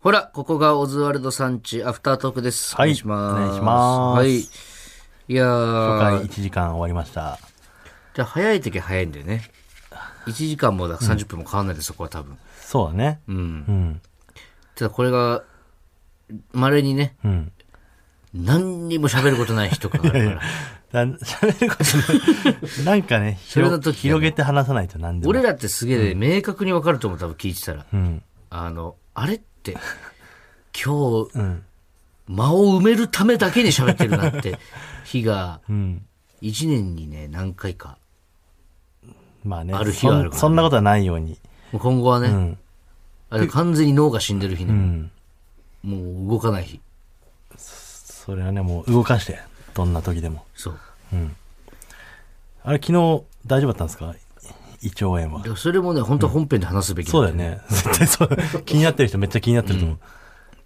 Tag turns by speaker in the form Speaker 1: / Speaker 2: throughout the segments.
Speaker 1: ほら、ここがオズワルドさんち、アフタートークです。
Speaker 2: はい
Speaker 1: お願いします。
Speaker 2: お願いします
Speaker 1: はい。いや
Speaker 2: 初回
Speaker 1: ー、
Speaker 2: 1時間終わりました。
Speaker 1: じゃあ早い時は早いんだよね。1時間もだから30分も変わんないで、そこは多分。
Speaker 2: そうだね。うん。うん。
Speaker 1: ただこれが、稀にね、
Speaker 2: うん。
Speaker 1: 何にも喋ることない人 があるから。
Speaker 2: だ喋ることない。なんかね、
Speaker 1: それの
Speaker 2: 広
Speaker 1: 時
Speaker 2: 広げて話さないと何でも。
Speaker 1: 俺らってすげえ、明確にわかると思う、多分聞いてたら。
Speaker 2: うん。
Speaker 1: あの、あれって、今日、
Speaker 2: うん。
Speaker 1: 間を埋めるためだけに喋ってるなって、日が、
Speaker 2: うん。
Speaker 1: 1年にね、何回か。
Speaker 2: まあね。
Speaker 1: ある日はあるからね
Speaker 2: そんそんなことはないように。
Speaker 1: もう今後はね、
Speaker 2: うん。
Speaker 1: あれ完全に脳が死んでる日
Speaker 2: う
Speaker 1: ね、
Speaker 2: ん。
Speaker 1: もう動かない日。
Speaker 2: それはね、もう動かして。どんな時でも。
Speaker 1: そう。
Speaker 2: あれ、昨日大丈夫だったんですか胃腸炎は
Speaker 1: で。もそれもね、本当は本編で話すべき
Speaker 2: そうだ
Speaker 1: よ。
Speaker 2: よね。絶対そう。 気になってる人めっちゃ気になってると思う。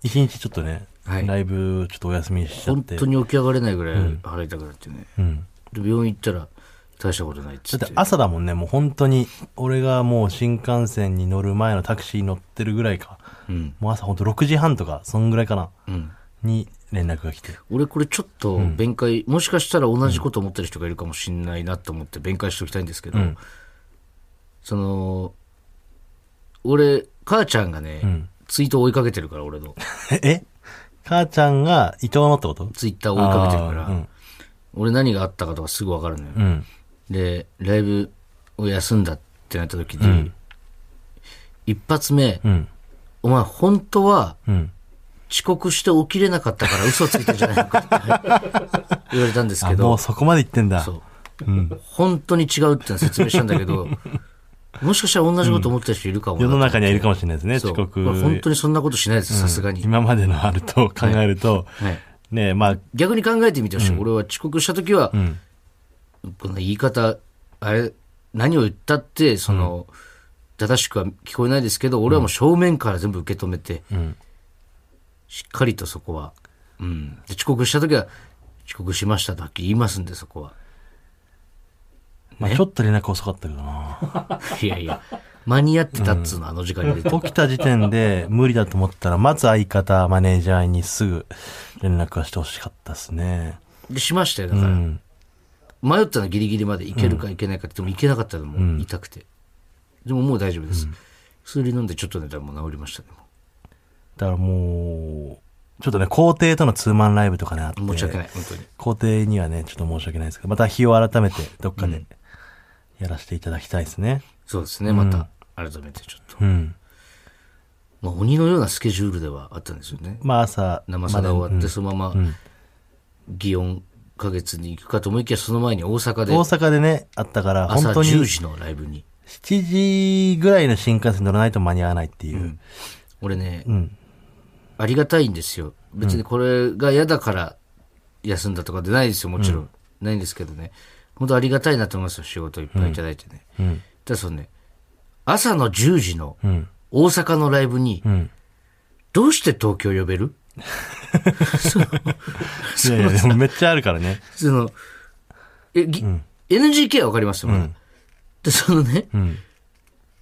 Speaker 2: 一日ちょっとね、
Speaker 1: はい
Speaker 2: ライブちょっとお休みしちゃっ
Speaker 1: 本
Speaker 2: て。
Speaker 1: 当に起き上がれないぐらい腹痛くなってね。
Speaker 2: うん。
Speaker 1: で、病院行ったら、大したことないっつ
Speaker 2: だ
Speaker 1: っ
Speaker 2: って
Speaker 1: て。
Speaker 2: 朝だもんね、もう本当に、俺がもう新幹線に乗る前のタクシーに乗ってるぐらいか。
Speaker 1: うん。
Speaker 2: もう朝本当6時半とか、そんぐらいかな。
Speaker 1: うん。
Speaker 2: に連絡が来て。
Speaker 1: 俺これちょっと弁解、もしかしたら同じこと思ってる人がいるかもしれないなと思って弁解しておきたいんですけど、
Speaker 2: うん
Speaker 1: その、俺、母ちゃんがね、
Speaker 2: うん
Speaker 1: ツイート追いかけてるから、俺の。
Speaker 2: え母ちゃんが伊藤のってこと
Speaker 1: ツイッター追いかけてるから、
Speaker 2: あーうん。
Speaker 1: 俺何があったかとかすぐわかるのよ。
Speaker 2: うん。
Speaker 1: で、ライブを休んだってなった時に、
Speaker 2: ん
Speaker 1: 一発目、
Speaker 2: うん。
Speaker 1: お前本当は
Speaker 2: うん。
Speaker 1: 遅刻して起きれなかったから嘘ついたんじゃないのかって 言われたんです
Speaker 2: あ、
Speaker 1: け
Speaker 2: も
Speaker 1: ど
Speaker 2: う、そこまで言ってんだ。
Speaker 1: そう。本当に違うっていうのを説明したんだけど、もしかしたら同じこと思ってる人いるかもな、
Speaker 2: 世の中にはいるかもしれないですね、
Speaker 1: そう
Speaker 2: 遅刻。
Speaker 1: これ本当にそんなことしないです、さすがに。
Speaker 2: 今までのあると考えると、
Speaker 1: はい
Speaker 2: ねえ、まあ、
Speaker 1: 逆に考えてみてほしい。俺は遅刻した時は、
Speaker 2: ん
Speaker 1: この言い方、あれ、何を言ったって、その、正しくは聞こえないですけど、俺はもう正面から全部受け止めて、
Speaker 2: ん
Speaker 1: しっかりとそこは、うん。で遅刻した時は、遅刻しましたとはっきり言いますんで、そこは。
Speaker 2: まあ、ちょっと連絡遅かったけどな。
Speaker 1: いやいや、間に合ってたっつうの、あの時間に出て。
Speaker 2: 起きた時点で無理だと思ったら、まず相方、マネージャーにすぐ連絡はしてほしかったですね。
Speaker 1: で、しましたよ、だか
Speaker 2: う
Speaker 1: ら。
Speaker 2: ん。
Speaker 1: 迷ったのギリギリまで行けるか行けないかって、でも行けなかったのもう痛くて、でももう大丈夫です、薬飲んでちょっと寝たらもう治りましたねも
Speaker 2: だからもう、ちょっとね、皇帝とのツーマンライブとかね、あって。
Speaker 1: う申し訳ない、本当に
Speaker 2: 皇帝にはね、ちょっと申し訳ないですけど、また日を改めてどっかでやらせていただきたいですね。
Speaker 1: そうですねまた改めてちょっと、
Speaker 2: うん。
Speaker 1: まあ、鬼のようなスケジュールではあったんですよね
Speaker 2: まあ朝、
Speaker 1: 生さだ終わってそのまま
Speaker 2: ん
Speaker 1: 祇園花月に行くかと思いきやその前に大阪で
Speaker 2: 大阪でね、あったから、
Speaker 1: 朝
Speaker 2: 本当に
Speaker 1: 10時のライブに
Speaker 2: 7時ぐらいの新幹線乗らないと間に合わないっていう。
Speaker 1: 俺ね、
Speaker 2: ん
Speaker 1: ありがたいんですよ別にこれが嫌だから休んだとかでないですよもちろん、ないんですけどね本当ありがたいなと思いますよ仕事いっぱいいただいてね、
Speaker 2: うん。
Speaker 1: ただそのね、朝の10時の
Speaker 2: うん。
Speaker 1: 大阪のライブに、
Speaker 2: うん。
Speaker 1: どうして東京呼べる
Speaker 2: いやいや、でもめっちゃあるからね。
Speaker 1: その、え、ぎ NGK はわかりますよ、まだで、そのね、
Speaker 2: ん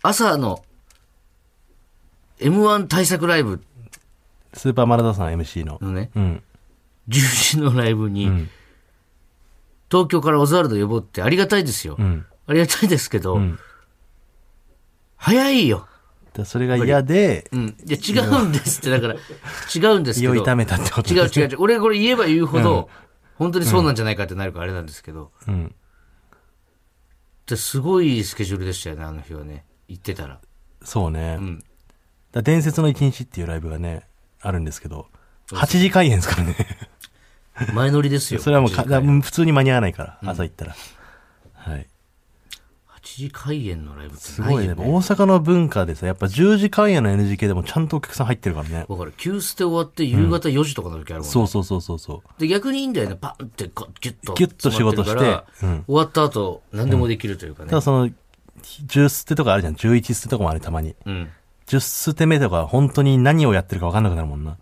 Speaker 1: 朝の M1 対策ライブ
Speaker 2: スーパーマラドーさん MC の。
Speaker 1: のね、
Speaker 2: うん。
Speaker 1: 10時のライブに、東京からオズワルド呼ぼうってありがたいですよ。
Speaker 2: ん
Speaker 1: ありがたいですけど、早いよ。
Speaker 2: でそれが嫌で
Speaker 1: う、ん。いや、違うんですって、だから、違うんですけ
Speaker 2: 胃
Speaker 1: ど。
Speaker 2: を痛めたってこと
Speaker 1: 違う
Speaker 2: う。
Speaker 1: 違う違う。俺これ言えば言うほど、本当にそうなんじゃないかってなるからあれなんですけど。
Speaker 2: うん。
Speaker 1: ですごいスケジュールでしたよね、あの日はね。行ってたら。
Speaker 2: そうね。
Speaker 1: ん
Speaker 2: だ伝説の一日っていうライブがね、あるんですけど、8時開演です からね。
Speaker 1: 前乗りですよ。
Speaker 2: それはもうか
Speaker 1: 8時開演
Speaker 2: 普通に間に合わないから、朝行ったら。はい。
Speaker 1: 8時開演のライブって
Speaker 2: す
Speaker 1: ない
Speaker 2: ご
Speaker 1: よ
Speaker 2: い
Speaker 1: ね。
Speaker 2: ね。大阪の文化でさ、やっぱ10時開演の NGK でもちゃんとお客さん入ってるからね。
Speaker 1: だから、急捨て終わって夕方4時とかの時あるもんね。
Speaker 2: そうそうそうそうそう。
Speaker 1: で、逆にいいんだよね。パンってこうギュッと。
Speaker 2: ギュッと仕事して
Speaker 1: 詰まってるから
Speaker 2: うん
Speaker 1: 終わった後、何でもできるというかね
Speaker 2: ただ。その、10捨てとかあるじゃん。11捨てとかもあるたまに。
Speaker 1: うん。
Speaker 2: 10捨て目とか本当に何をやってるか分かんなくなるもんな。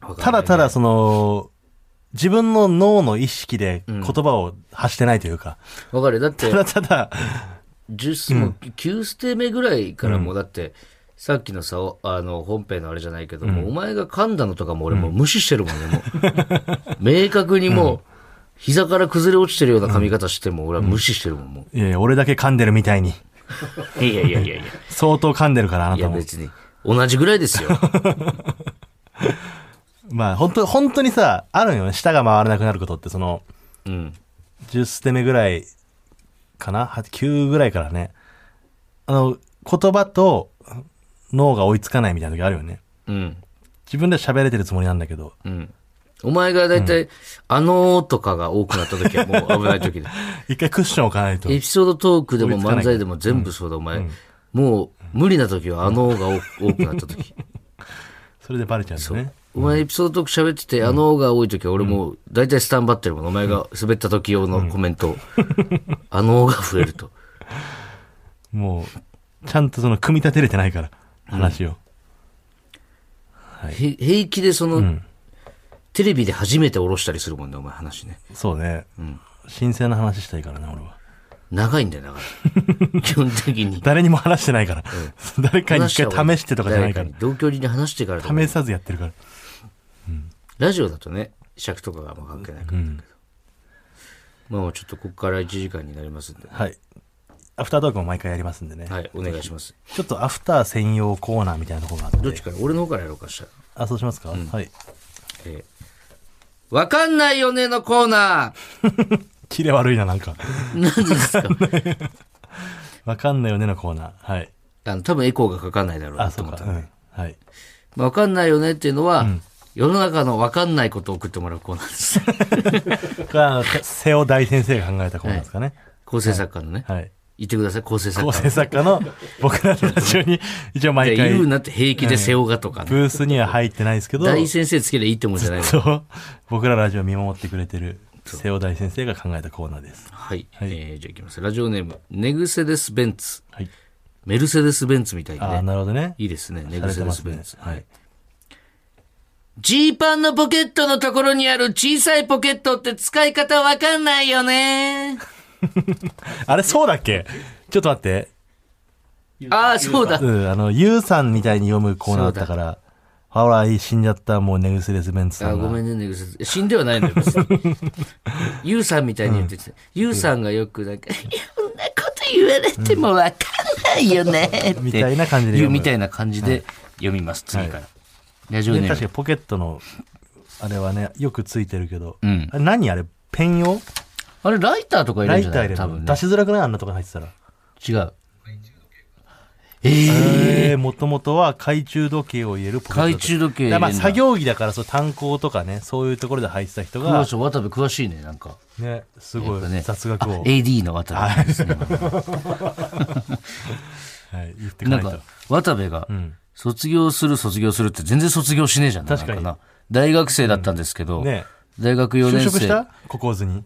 Speaker 1: わか
Speaker 2: た
Speaker 1: んない
Speaker 2: だただその、自分の脳の意識で言葉を発してないというか、
Speaker 1: わかるよだって
Speaker 2: た、だただ、
Speaker 1: 10もう9捨て目ぐらいからもうだって、さっきのさ、おあの、本編のあれじゃないけど、もうお前が噛んだのとかも俺もう無視してるもんね、もう。 明確にもう、膝から崩れ落ちてるような髪型しても、俺は無視してるもん、も
Speaker 2: いやいや、俺だけ噛んでるみたいに。
Speaker 1: う。いやいやい やいや。
Speaker 2: 相当噛んでるから、あない
Speaker 1: や
Speaker 2: たも。
Speaker 1: 別に、同じぐらいですよ。
Speaker 2: まあ、本当本当にさ、あるんよね。舌が回らなくなることって、その、
Speaker 1: うん。
Speaker 2: 10捨て目ぐらいかな ?9 ぐらいからね。あの、言葉と脳が追いつかないみたいな時あるよね。
Speaker 1: うん。
Speaker 2: 自分では喋れてるつもりなんだけど。
Speaker 1: うん。お前がだいたい、あのーとかが多くなった時は もう危ない時だ。
Speaker 2: 一回クッション置かないと。
Speaker 1: エピソードトークでも
Speaker 2: 追いつかな
Speaker 1: 漫
Speaker 2: い
Speaker 1: 才でも全部そうだ、お前。もう、無理な時はあのーが多多くなった時。
Speaker 2: それでバレちゃうんだよね。
Speaker 1: お前エピソードトーク喋ってて、あのーが多い時は俺もう大体スタンバってるもん。お前が滑った時用のコメン ト。あのーが増えると。
Speaker 2: もう、ちゃんとその、組み立てれてないから、話を。
Speaker 1: へ平気でその、
Speaker 2: ん
Speaker 1: テレビで初めて下ろしたりするもんね、お前話ね。
Speaker 2: そうね。新鮮な話したいからね、俺は。
Speaker 1: 長いんだよ、だから。 基本的に。
Speaker 2: 誰にも話してないから。 誰かに一回試してとかじゃないから
Speaker 1: 誰。に同居人に話してからとか
Speaker 2: 試さずやってるから。
Speaker 1: ラジオだとね、尺とかがあんま関係ないからだけど。まあちょっとここから1時間になりますんで、
Speaker 2: はい。アフタートークも毎回やりますんでね。
Speaker 1: はい、お願いします。
Speaker 2: ちょっとアフター専用コーナーみたいなとこがあって。
Speaker 1: どっちから俺の方からやろうかしたら。
Speaker 2: あ、そうしますか、はい。
Speaker 1: えーわかんないよねのコーナ
Speaker 2: キレ悪いな、なんか。
Speaker 1: ー何です か
Speaker 2: わかんないよねのコーナー。はい。
Speaker 1: あの多分エコーがかかんないだろう
Speaker 2: あ、
Speaker 1: な
Speaker 2: そ
Speaker 1: と
Speaker 2: う
Speaker 1: 思っ
Speaker 2: か。
Speaker 1: た
Speaker 2: う。ん。はい。
Speaker 1: まあわかんないよねっていうのは、世の中のわかんないことを送ってもらうコーナー です。
Speaker 2: これは、あの瀬尾大先生が考えたコーナーですかね。
Speaker 1: 構成作家のね。
Speaker 2: はい。
Speaker 1: 言ってください、構成作
Speaker 2: 構
Speaker 1: 家。
Speaker 2: 成作家の僕らのラジオに、一応
Speaker 1: で
Speaker 2: 毎回、
Speaker 1: 言う
Speaker 2: ブ
Speaker 1: なって平気で背負うがとかね。
Speaker 2: ースには入ってないですけど、
Speaker 1: 大先生つけりゃいいってもんじゃないの。
Speaker 2: そう、僕らラジオ見守ってくれてる瀬尾大先生が考えたコーナーです。
Speaker 1: はい。えーじゃあいきます。ラジオネーム、ネグセデス・ベンツ。
Speaker 2: はい。
Speaker 1: メルセデス・ベンツみたい
Speaker 2: ああ、
Speaker 1: にね。
Speaker 2: なるほどね。
Speaker 1: いいですね、ネグ
Speaker 2: されて
Speaker 1: セデ
Speaker 2: ま
Speaker 1: ス・
Speaker 2: す
Speaker 1: ベ
Speaker 2: ね
Speaker 1: ンツ。。
Speaker 2: はい。
Speaker 1: ジーパンのポケットのところにある小さいポケットって使い方わかんないよ ね。
Speaker 2: あれ、そうだっけちょっと待って。
Speaker 1: ああ、そうだ。
Speaker 2: うん、あの、ゆうさんみたいに読むコーナーだったから、ほら、いい死んじゃった、もうネグスレスベンツ
Speaker 1: あ
Speaker 2: さ
Speaker 1: ー
Speaker 2: ん
Speaker 1: ご
Speaker 2: が。
Speaker 1: めんね、ネグセデス。死んではないのよ、別にユウさんみたいに言ってて、ユウさんがよくなんか、いやそんなこと言われてもわかんないよねって。
Speaker 2: みたいな感じ
Speaker 1: 言
Speaker 2: で読
Speaker 1: う
Speaker 2: む
Speaker 1: みたいな感じで読みます、次から。ラジオ
Speaker 2: ね
Speaker 1: ネー
Speaker 2: 確か
Speaker 1: ム。
Speaker 2: にポケットの、あれはね、よくついてるけど。
Speaker 1: ん
Speaker 2: あれ何あれペン用
Speaker 1: あれ、ライターとか入れ
Speaker 2: ラ
Speaker 1: るん
Speaker 2: イ
Speaker 1: じ
Speaker 2: タ
Speaker 1: ゃ
Speaker 2: ー
Speaker 1: ない
Speaker 2: 入れ
Speaker 1: 多
Speaker 2: る
Speaker 1: 分
Speaker 2: の
Speaker 1: ね
Speaker 2: 出。しづらくないあんなとこに入ってたら。
Speaker 1: 違う。ええ
Speaker 2: ええ、もともとは懐中時計を入れるポケットだった。
Speaker 1: 懐中時計入れるんだ
Speaker 2: だからまあ作業着だから、そう炭鉱とかね、そういうところで入ってた人
Speaker 1: ー。
Speaker 2: が、
Speaker 1: そう、渡部詳しいね、なんか。
Speaker 2: ね、すご
Speaker 1: やっぱね
Speaker 2: い雑学を、
Speaker 1: AD の渡部ですね。
Speaker 2: はい、言ってか
Speaker 1: な
Speaker 2: なんいと
Speaker 1: か。、渡部が
Speaker 2: ん、
Speaker 1: 卒業する、卒業するって全然卒業しねえじゃん。
Speaker 2: 確かに
Speaker 1: なんな大学生だったんですけど、
Speaker 2: ね
Speaker 1: 大学4
Speaker 2: 就
Speaker 1: 年
Speaker 2: 職し
Speaker 1: 生。
Speaker 2: たここずに。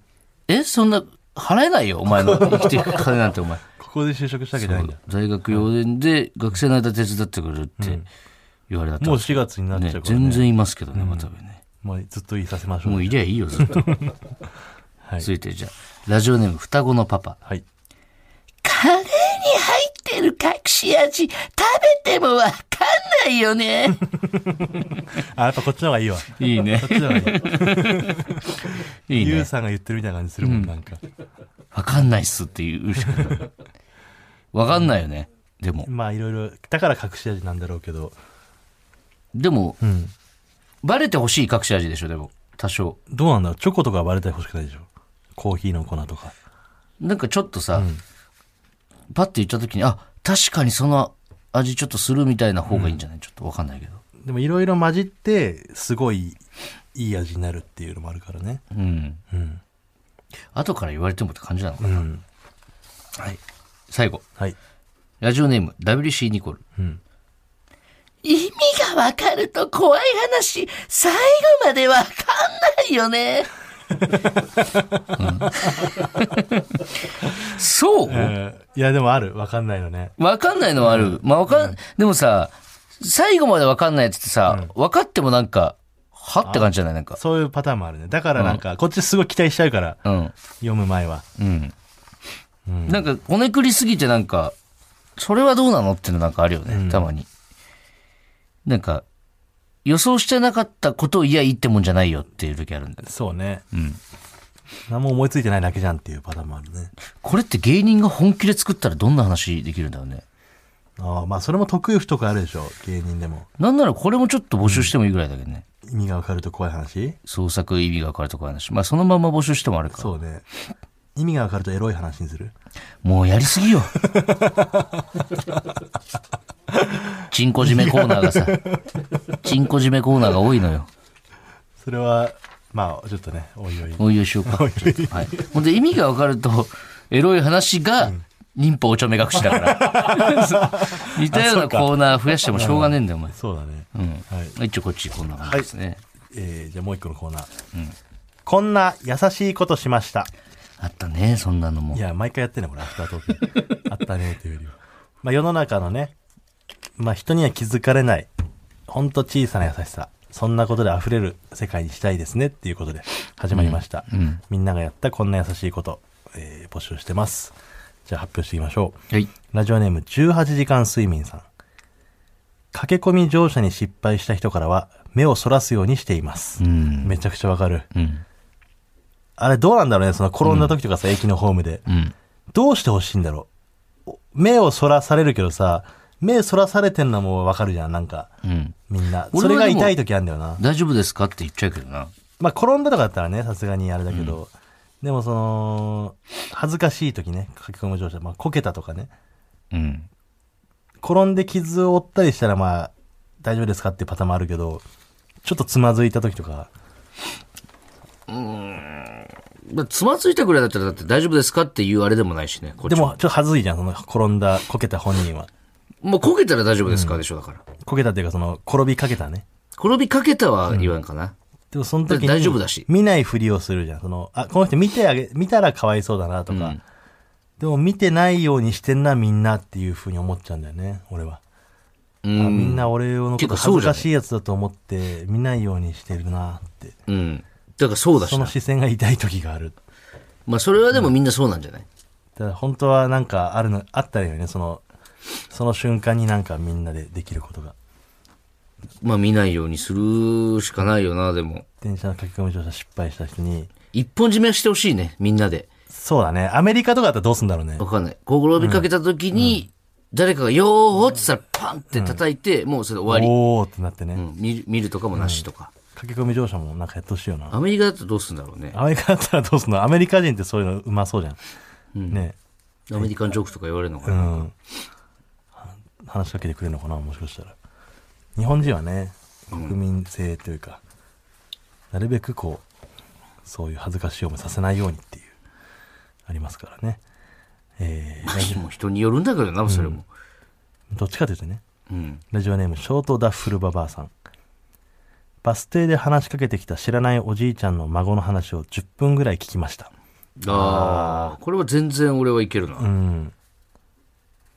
Speaker 1: え、そんな、払えないよ、お前 の生きていく金なんて、お前。
Speaker 2: ここで就職したわけじゃないんだ。
Speaker 1: 大学4年で学生の間手伝ってくれるって言われた
Speaker 2: もう4月になっちゃう
Speaker 1: ね、
Speaker 2: から
Speaker 1: 全
Speaker 2: ね。
Speaker 1: 然いますけどね、渡部ね。
Speaker 2: もうずっといさせましょう。
Speaker 1: もういりゃいいよ、ずっと。
Speaker 2: はい
Speaker 1: 続いて、じゃあ、ラジオネーム、双子のパパ。
Speaker 2: はい。
Speaker 1: カレーに入ってる隠し味、食べてもわかんないよね。
Speaker 2: あ、やっぱこっちの方がいいわ。こ
Speaker 1: いいね
Speaker 2: っ。ちの方がいい。
Speaker 1: いい
Speaker 2: ゆう
Speaker 1: ね。
Speaker 2: さんが言ってるみたいな感じするもん、なんか。
Speaker 1: わかんないっすっていうしかない。わかんないよね。でも、
Speaker 2: まあいろいろ、だから隠し味なんだろうけど。
Speaker 1: でも、
Speaker 2: うん。
Speaker 1: バレてほしい隠し味でしょ、でも。多少。
Speaker 2: どうなんだろうチョコとかはバレてほしくないでしょコーヒーの粉とか。
Speaker 1: なんかちょっとさ、パッて言った時に、あ、確かにその味ちょっとするみたいな方がいいんじゃない、ちょっとわかんないけど。
Speaker 2: でもいろいろ混じって、すごいいい味になるっていうのもあるからね。
Speaker 1: うん。
Speaker 2: うん。
Speaker 1: 後から言われてもって感じなのか
Speaker 2: う
Speaker 1: な。
Speaker 2: ん。
Speaker 1: はい。最後。
Speaker 2: はい。
Speaker 1: ラジオネーム、WC ニコル。
Speaker 2: うん。
Speaker 1: 意味がわかると怖い話、最後までわかんないよね。そう
Speaker 2: えーいや、でもある。わかんないのね。
Speaker 1: わかんないのはある。まあ、わかん、でもさ、最後までわかんないやつってさ、わかってもなんか、はって感じじゃないなんか。
Speaker 2: そういうパターンもあるね。だからなんか、こっちすごい期待しちゃうから、
Speaker 1: うん。
Speaker 2: 読む前は。
Speaker 1: うん。なんか、こねくりすぎてなんか、それはどうなのっていうのなんかあるよね、たまに。なんか、予想してなかったことをいや、いいってもんじゃないよっていう時あるんだよ。
Speaker 2: そうね。
Speaker 1: ん
Speaker 2: 何も思いついてないだけじゃんっていうパターンもあるね。
Speaker 1: これって芸人が本気で作ったらどんな話できるんだろうね。
Speaker 2: ああ、まあそれも得意不得意あるでしょ。芸人でも。
Speaker 1: なんならこれもちょっと募集してもいいぐらいだけどね。
Speaker 2: 意味がわかると怖い話
Speaker 1: 創作意味が分かるとか話。まあそのまま募集してもあるか。
Speaker 2: そうね。意味がわかるとエロい話にする
Speaker 1: もうやりす ぎよ。チンコ締めコーナーがさ、チンコ締めコーナーが多いのよ。
Speaker 2: それは、まあちょっとね、おいおい。
Speaker 1: おいおいしようか。はい。ほんで意味が分かると、エロい話が、忍法おちょめ隠しだ から。似たようなコーナー増やしてもしょうがねえんだよ、お前。
Speaker 2: そうだね。はい。
Speaker 1: 一応こっちこんな感じですね。
Speaker 2: えーじゃあもう一個のコーナー。こんな優しいことしました。
Speaker 1: あったね、そんなのも
Speaker 2: い。や、毎回やってんね、これ、アフタートーク。あったね、というよりは。 まあ、世の中のね、まあ、人には気づかれない、ほんと小さな優しさ。そんなことで溢れる世界にしたいですね、っていうことで始まりました。みんながやったこんな優しいこと、えー募集してます。じゃあ発表していきましょう。
Speaker 1: はい。
Speaker 2: ラジオネーム18時間睡眠さん。駆け込み乗車に失敗した人からは、目をそらすようにしています。
Speaker 1: うん。
Speaker 2: めちゃくちゃわかる。
Speaker 1: うん。
Speaker 2: あれどうなんだろうね、その転んだ時とかさ、駅のホームで。
Speaker 1: うん。
Speaker 2: どうしてほしいんだろうお目をそらされるけどさ、目そらされてんのもわかるじゃん、なんか、
Speaker 1: うん。
Speaker 2: みんな。そ
Speaker 1: 俺
Speaker 2: れ
Speaker 1: は
Speaker 2: が
Speaker 1: でも
Speaker 2: 痛い時あるんだよな。
Speaker 1: 大丈夫ですかって言っちゃうけどな。
Speaker 2: まあ、転んだとかだったらね、さすがにあれだけど、でもその、恥ずかしい時ね、書き込む乗車、まあ、こけたとかね、
Speaker 1: うん。
Speaker 2: 転んで傷を負ったりしたら、まあ、大丈夫ですかっていうパターンもあるけど、ちょっとつまずいた時とか、
Speaker 1: まあつまずいたぐらいだったらだって大丈夫ですかっていうあれでもないしね。こっち
Speaker 2: でも、ちょっと恥ずいじゃん、その、転んだ、こけた本人は。
Speaker 1: もう焦げたら大丈夫ですかでしょ、だから。
Speaker 2: こけたっていうか、その、転びかけたね。
Speaker 1: 転びかけたは言わんかな。
Speaker 2: でもその時に
Speaker 1: だ大丈夫だし
Speaker 2: 見ないふりをするじゃん。その、あ、この人見てあげ、見たらかわいそうだなとか、
Speaker 1: うん
Speaker 2: でも見てないようにしてんなみんなっていうふうに思っちゃうんだよね、俺は。
Speaker 1: うん。
Speaker 2: あみんな俺のこ
Speaker 1: 結
Speaker 2: と
Speaker 1: 構そ
Speaker 2: 恥
Speaker 1: うじゃ
Speaker 2: ずか
Speaker 1: ない
Speaker 2: しいやつだと思って見ないようにしてるなって。
Speaker 1: うん。だからそうだし
Speaker 2: その
Speaker 1: な。
Speaker 2: 視線が痛い時がある。
Speaker 1: まあそれはでもみんなそうなんじゃない、
Speaker 2: ただ本当はなんかあるの、あったらいいよね、その、その瞬間になんかみんなでできることが。
Speaker 1: まあ見ないようにするしかないよな、でも。
Speaker 2: 電車の書き込み乗車失敗した人に、
Speaker 1: 一本締めはしてほしいね、みんなで。
Speaker 2: そうだね、アメリカとかだったらどうすんだろうね
Speaker 1: わ。かんない。転びかけた時に、誰かがよーって言ったらパンって叩いて、もうそれで終わ
Speaker 2: おーってなってね、
Speaker 1: り。うん。見る見るとかもなしとか。
Speaker 2: 書き込み乗車もなんかやってほしいよな。
Speaker 1: アメリカだとどうするんだろうね。
Speaker 2: アメリカだったらどうすんのアメリカ人ってそういうのうまそうじゃん。ね
Speaker 1: アメリカンジョークとか言われるのか
Speaker 2: う
Speaker 1: な。
Speaker 2: ん。は話しかけてくれるのかなもしかしたら。日本人はね、国民性というか、なるべくこう、そういう恥ずかしい思いさせないようにっていう、ありますからね。えー
Speaker 1: もう人によるんだけどな、それも。
Speaker 2: どっちかというとね、
Speaker 1: うん。
Speaker 2: ラジオネーム、ショートダッフルババアさん。バス停で話しかけてきた知らないおじいちゃんの孫の話を10分ぐらい聞きました。
Speaker 1: ああ、これは全然俺はいけるな。
Speaker 2: うん。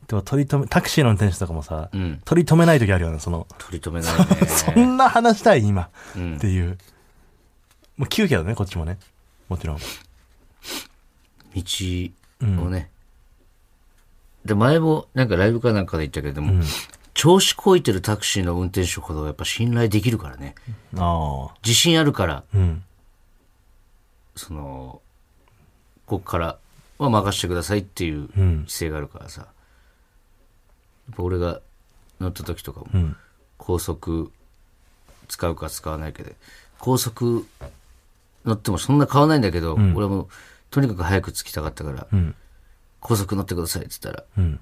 Speaker 2: でも取り留め、タクシーの運転手とかもさ、
Speaker 1: うん
Speaker 2: 取り留めない時あるよね、その、
Speaker 1: 取り留め ないね。
Speaker 2: そんな話したい今、
Speaker 1: うん
Speaker 2: っていう。もう急遽だね、こっちもね。もちろん。
Speaker 1: 道をね。で、前もなんかライブかなんかで言ったけれども、調子こいてるタクシーの運転手ほどやっぱ信頼できるからね。
Speaker 2: ああ。
Speaker 1: 自信あるから、
Speaker 2: うん。
Speaker 1: その、ここからは任してくださいっていう
Speaker 2: うん
Speaker 1: 姿勢があるからさ。やっぱ俺が乗った時とかも、
Speaker 2: うん。
Speaker 1: 高速使うか使わないかで高速乗ってもそんな買わないんだけど、俺はもうとにかく早く着きたかったから、
Speaker 2: うん。
Speaker 1: 高速乗ってくださいって言ったら
Speaker 2: うん。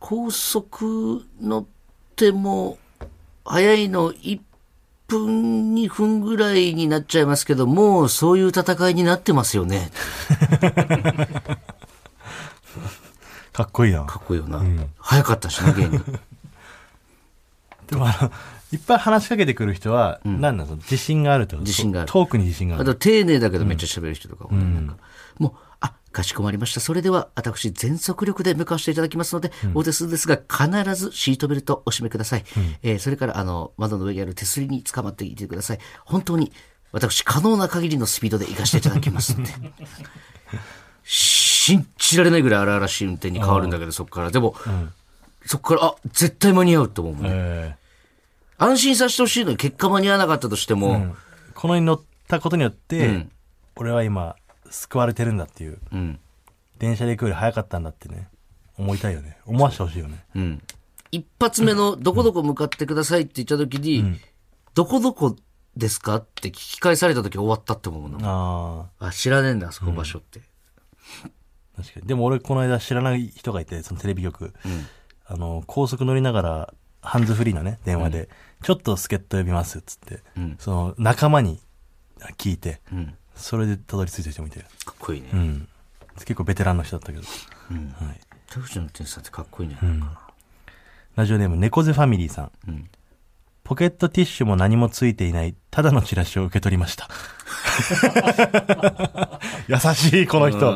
Speaker 1: 高速乗っても早いの1分2分ぐらいになっちゃいますけどもうそういう戦いになってますよね
Speaker 2: かっこいいな。
Speaker 1: かっこいいよな、早かったしな芸人
Speaker 2: でもあの、いっぱい話しかけてくる人は、なんだ、その自信があるってこと
Speaker 1: 自信がある
Speaker 2: トークに自信があ
Speaker 1: あと
Speaker 2: る。
Speaker 1: 丁寧だけどめっちゃ喋る人とかもね、なんかもうあかしこまりましたそれでは私全速力で向かわせていただきますので、お手数ですが必ずシートベルトをお締めください、えーそれからあの窓の上にある手すりに捕まっていてください本当に私可能な限りのスピードで行かせていただきますので信じられないぐらい荒々しい運転に変わるんだけどそこからでも、そこから、あ、絶対間に合うと思うもんね。
Speaker 2: え
Speaker 1: 安心させてほしいのに結果間に合わなかったとしても、
Speaker 2: えこのに乗ったことによって、
Speaker 1: ん
Speaker 2: 俺は今、救われてるんだっていう。
Speaker 1: うん。
Speaker 2: 電車で行くより早かったんだってね。思いたいよね。思わせてほしいよね。
Speaker 1: うん。一発目の、どこどこ向かってくださいって言った時に、どこどこですかって聞き返された時終わったって思うの。
Speaker 2: あ
Speaker 1: あ、知らねえんだ、あそこ場所って。
Speaker 2: あ、確かに。でも俺、この間知らない人がいて、そのテレビ局。あの、高速乗りながら、ハンズフリーのね、電話で、ちょっと助っ人呼びます、つって。
Speaker 1: ん
Speaker 2: その、仲間に聞いて、
Speaker 1: うん。
Speaker 2: それでたどり着いた人もいて。
Speaker 1: かっこいいね。
Speaker 2: うん。結構ベテランの人だったけど。はい。
Speaker 1: 田口の天使さんってかっこいいんじゃないのか
Speaker 2: ラジオネーム、猫背ファミリーさん。
Speaker 1: な。うん。
Speaker 2: ポケットティッシュも何もついていない、ただのチラシを受け取りま した。優しい、この人。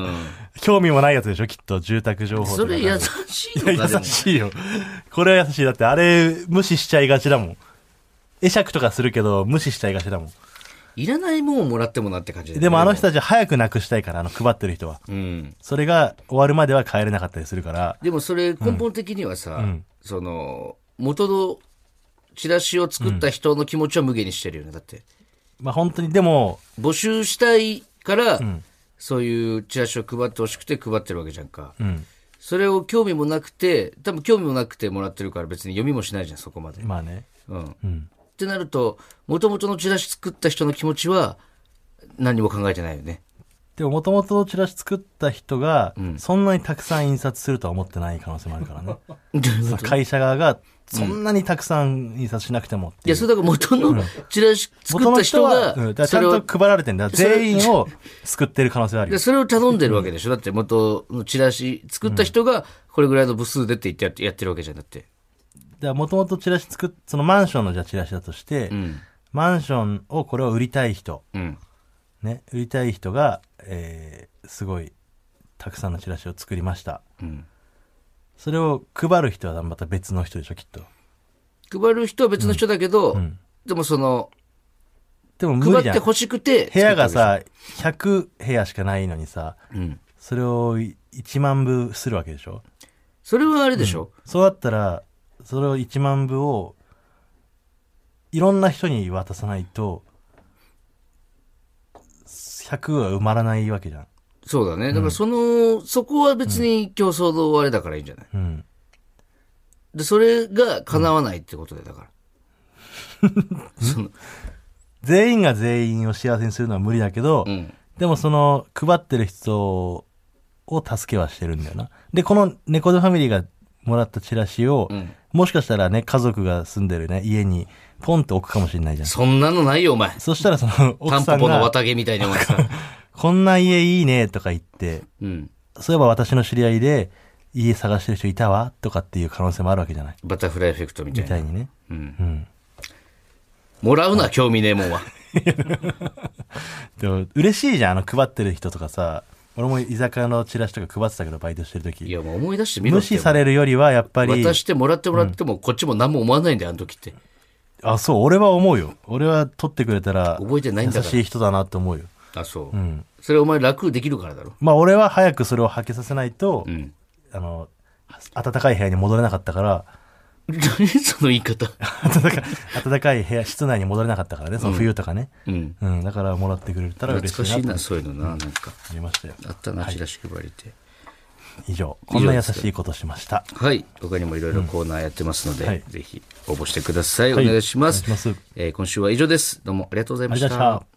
Speaker 2: 興味もないやつでしょきっと、住宅情報と
Speaker 1: そ
Speaker 2: か
Speaker 1: れ優しいの
Speaker 2: いや
Speaker 1: かでも
Speaker 2: 優しいよ。これは優しい。だって、あれ、無視しちゃいがちだもん。会釈とかするけど、無視しちゃいがちだもん。
Speaker 1: いらないもんをもらってもなって感じだよね
Speaker 2: でも、あの人たちは早くなくしたいから、あの、配ってる人は。
Speaker 1: うん。
Speaker 2: それが終わるまでは帰れなかったりするから、
Speaker 1: でもそれ根本的にはさ、その、元のチラシを作った人の気持ちは無限にしてるよね。だって、
Speaker 2: まあ本当に、でも、
Speaker 1: 募集したいから、そういうチラシを配ってほしくて配ってるわけじゃんか。
Speaker 2: うん。
Speaker 1: それを興味もなくて、多分興味もなくてもらってるから別に読みもしないじゃん、そこまで。
Speaker 2: まあね。
Speaker 1: うん。
Speaker 2: うん。
Speaker 1: ってなると、元々のチラシ作った人の気持ちは何も考えてないよね。
Speaker 2: でも、もともとチラシ作った人が、そんなにたくさん印刷するとは思ってない可能性もあるか らね。その会社側が、そんなにたくさん印刷しなくてもって
Speaker 1: い
Speaker 2: い
Speaker 1: や、
Speaker 2: う。
Speaker 1: それだから元のチラシ作
Speaker 2: 元
Speaker 1: っ
Speaker 2: の
Speaker 1: た人
Speaker 2: はうんだから
Speaker 1: が、
Speaker 2: ちゃ
Speaker 1: そ
Speaker 2: ん
Speaker 1: れを
Speaker 2: と配られてんだ。全員を救ってる可能性はある
Speaker 1: で、
Speaker 2: よ。
Speaker 1: それを頼んでるわけでしょだって元のチラシ作った人が、これぐらいの部数でって言ってやってやってるわけじゃん。だって。
Speaker 2: だから、もともとチラシ作っ、そのマンションのじゃあチラシだとして、
Speaker 1: うん。
Speaker 2: マンションをこれを売りたい人、
Speaker 1: うん。
Speaker 2: ね、売りたい人が、えー、すごい、たくさんのチラシを作りました。
Speaker 1: うん。
Speaker 2: それを配る人はまた別の人でしょ、きっと。
Speaker 1: 配る人は別の人だけど、
Speaker 2: ん
Speaker 1: でもその、
Speaker 2: でも無
Speaker 1: 配
Speaker 2: 理じ
Speaker 1: っ
Speaker 2: ゃ
Speaker 1: て
Speaker 2: ん。
Speaker 1: 欲しくて、
Speaker 2: 部屋が、さ、100部屋しかないのにさ、
Speaker 1: うん。
Speaker 2: それを1万部するわけでしょ
Speaker 1: それはあれでしょ、
Speaker 2: そうだったら、それを1万部を、いろんな人に渡さないと、100は埋まらないわけじゃん。
Speaker 1: そうだね。だからその、そこは別に競争のあれだからいいんじゃない
Speaker 2: うん。
Speaker 1: で、それが叶わないってことで、だから。その、
Speaker 2: 全員が全員を幸せにするのは無理だけど、
Speaker 1: うん。
Speaker 2: でもその、配ってる人を助けはしてるんだよな。で、この猫背ファミリーがもらったチラシを、
Speaker 1: うん。
Speaker 2: もしかしたらね、家族が住んでるね、家に、ポンって置くかもしれないじゃん。
Speaker 1: そんなのないよ、お前。
Speaker 2: そしたらその、
Speaker 1: タ
Speaker 2: 奥
Speaker 1: ン
Speaker 2: さ
Speaker 1: ポ
Speaker 2: ん
Speaker 1: ポの
Speaker 2: が、
Speaker 1: 綿毛みたいにお前さ。
Speaker 2: こんな家いいね、とか言って、
Speaker 1: うん。
Speaker 2: そういえば私の知り合いで、家探してる人いたわ、とかっていう可能性もあるわけじゃない。
Speaker 1: バタフライエフェクトみた
Speaker 2: み
Speaker 1: いな。
Speaker 2: たいにね。
Speaker 1: うん。
Speaker 2: うん。
Speaker 1: もらうな、興味ねえもんは。
Speaker 2: でも、嬉しいじゃん、あの、配ってる人とかさ、俺も居酒屋のチラシとか配ってたけど、バイトしてる
Speaker 1: い
Speaker 2: 時。
Speaker 1: や、もう思い出してみろ
Speaker 2: 無
Speaker 1: って。
Speaker 2: 視されるよりは、やっぱり、
Speaker 1: 渡してもらってもらっても、こっちも何も思わないんだよ、あの時って。
Speaker 2: あ、そう、俺は思うよ。俺は取ってくれたら、
Speaker 1: 覚えてないんだから
Speaker 2: 優しい人だなって思うよ。
Speaker 1: あ、そうう。
Speaker 2: ん。
Speaker 1: それお前楽できるからだろ。
Speaker 2: まあ、俺は早くそれを履けさせないと、
Speaker 1: うん。
Speaker 2: あの、暖かい部屋に戻れなかったから、
Speaker 1: 何その言い方。
Speaker 2: 暖かい、暖かい部屋、室内に戻れなかったからね、その冬とかね。
Speaker 1: うん。
Speaker 2: うん、だからもらってくれたら嬉しい
Speaker 1: 懐かし
Speaker 2: ないと思
Speaker 1: な、そういうのな、なんか。
Speaker 2: いましたよ。
Speaker 1: あったな、チラシ配りて。
Speaker 2: 以上、こんな優しいことしました。
Speaker 1: はい。他にもいろいろコーナーやってますので、
Speaker 2: うんはい
Speaker 1: ぜひ応募してください。
Speaker 2: はい
Speaker 1: お願いします。
Speaker 2: お願いします
Speaker 1: えー今週は以上です。どうもありがとうござい
Speaker 2: あ
Speaker 1: ま
Speaker 2: り
Speaker 1: し
Speaker 2: がとうございましたた。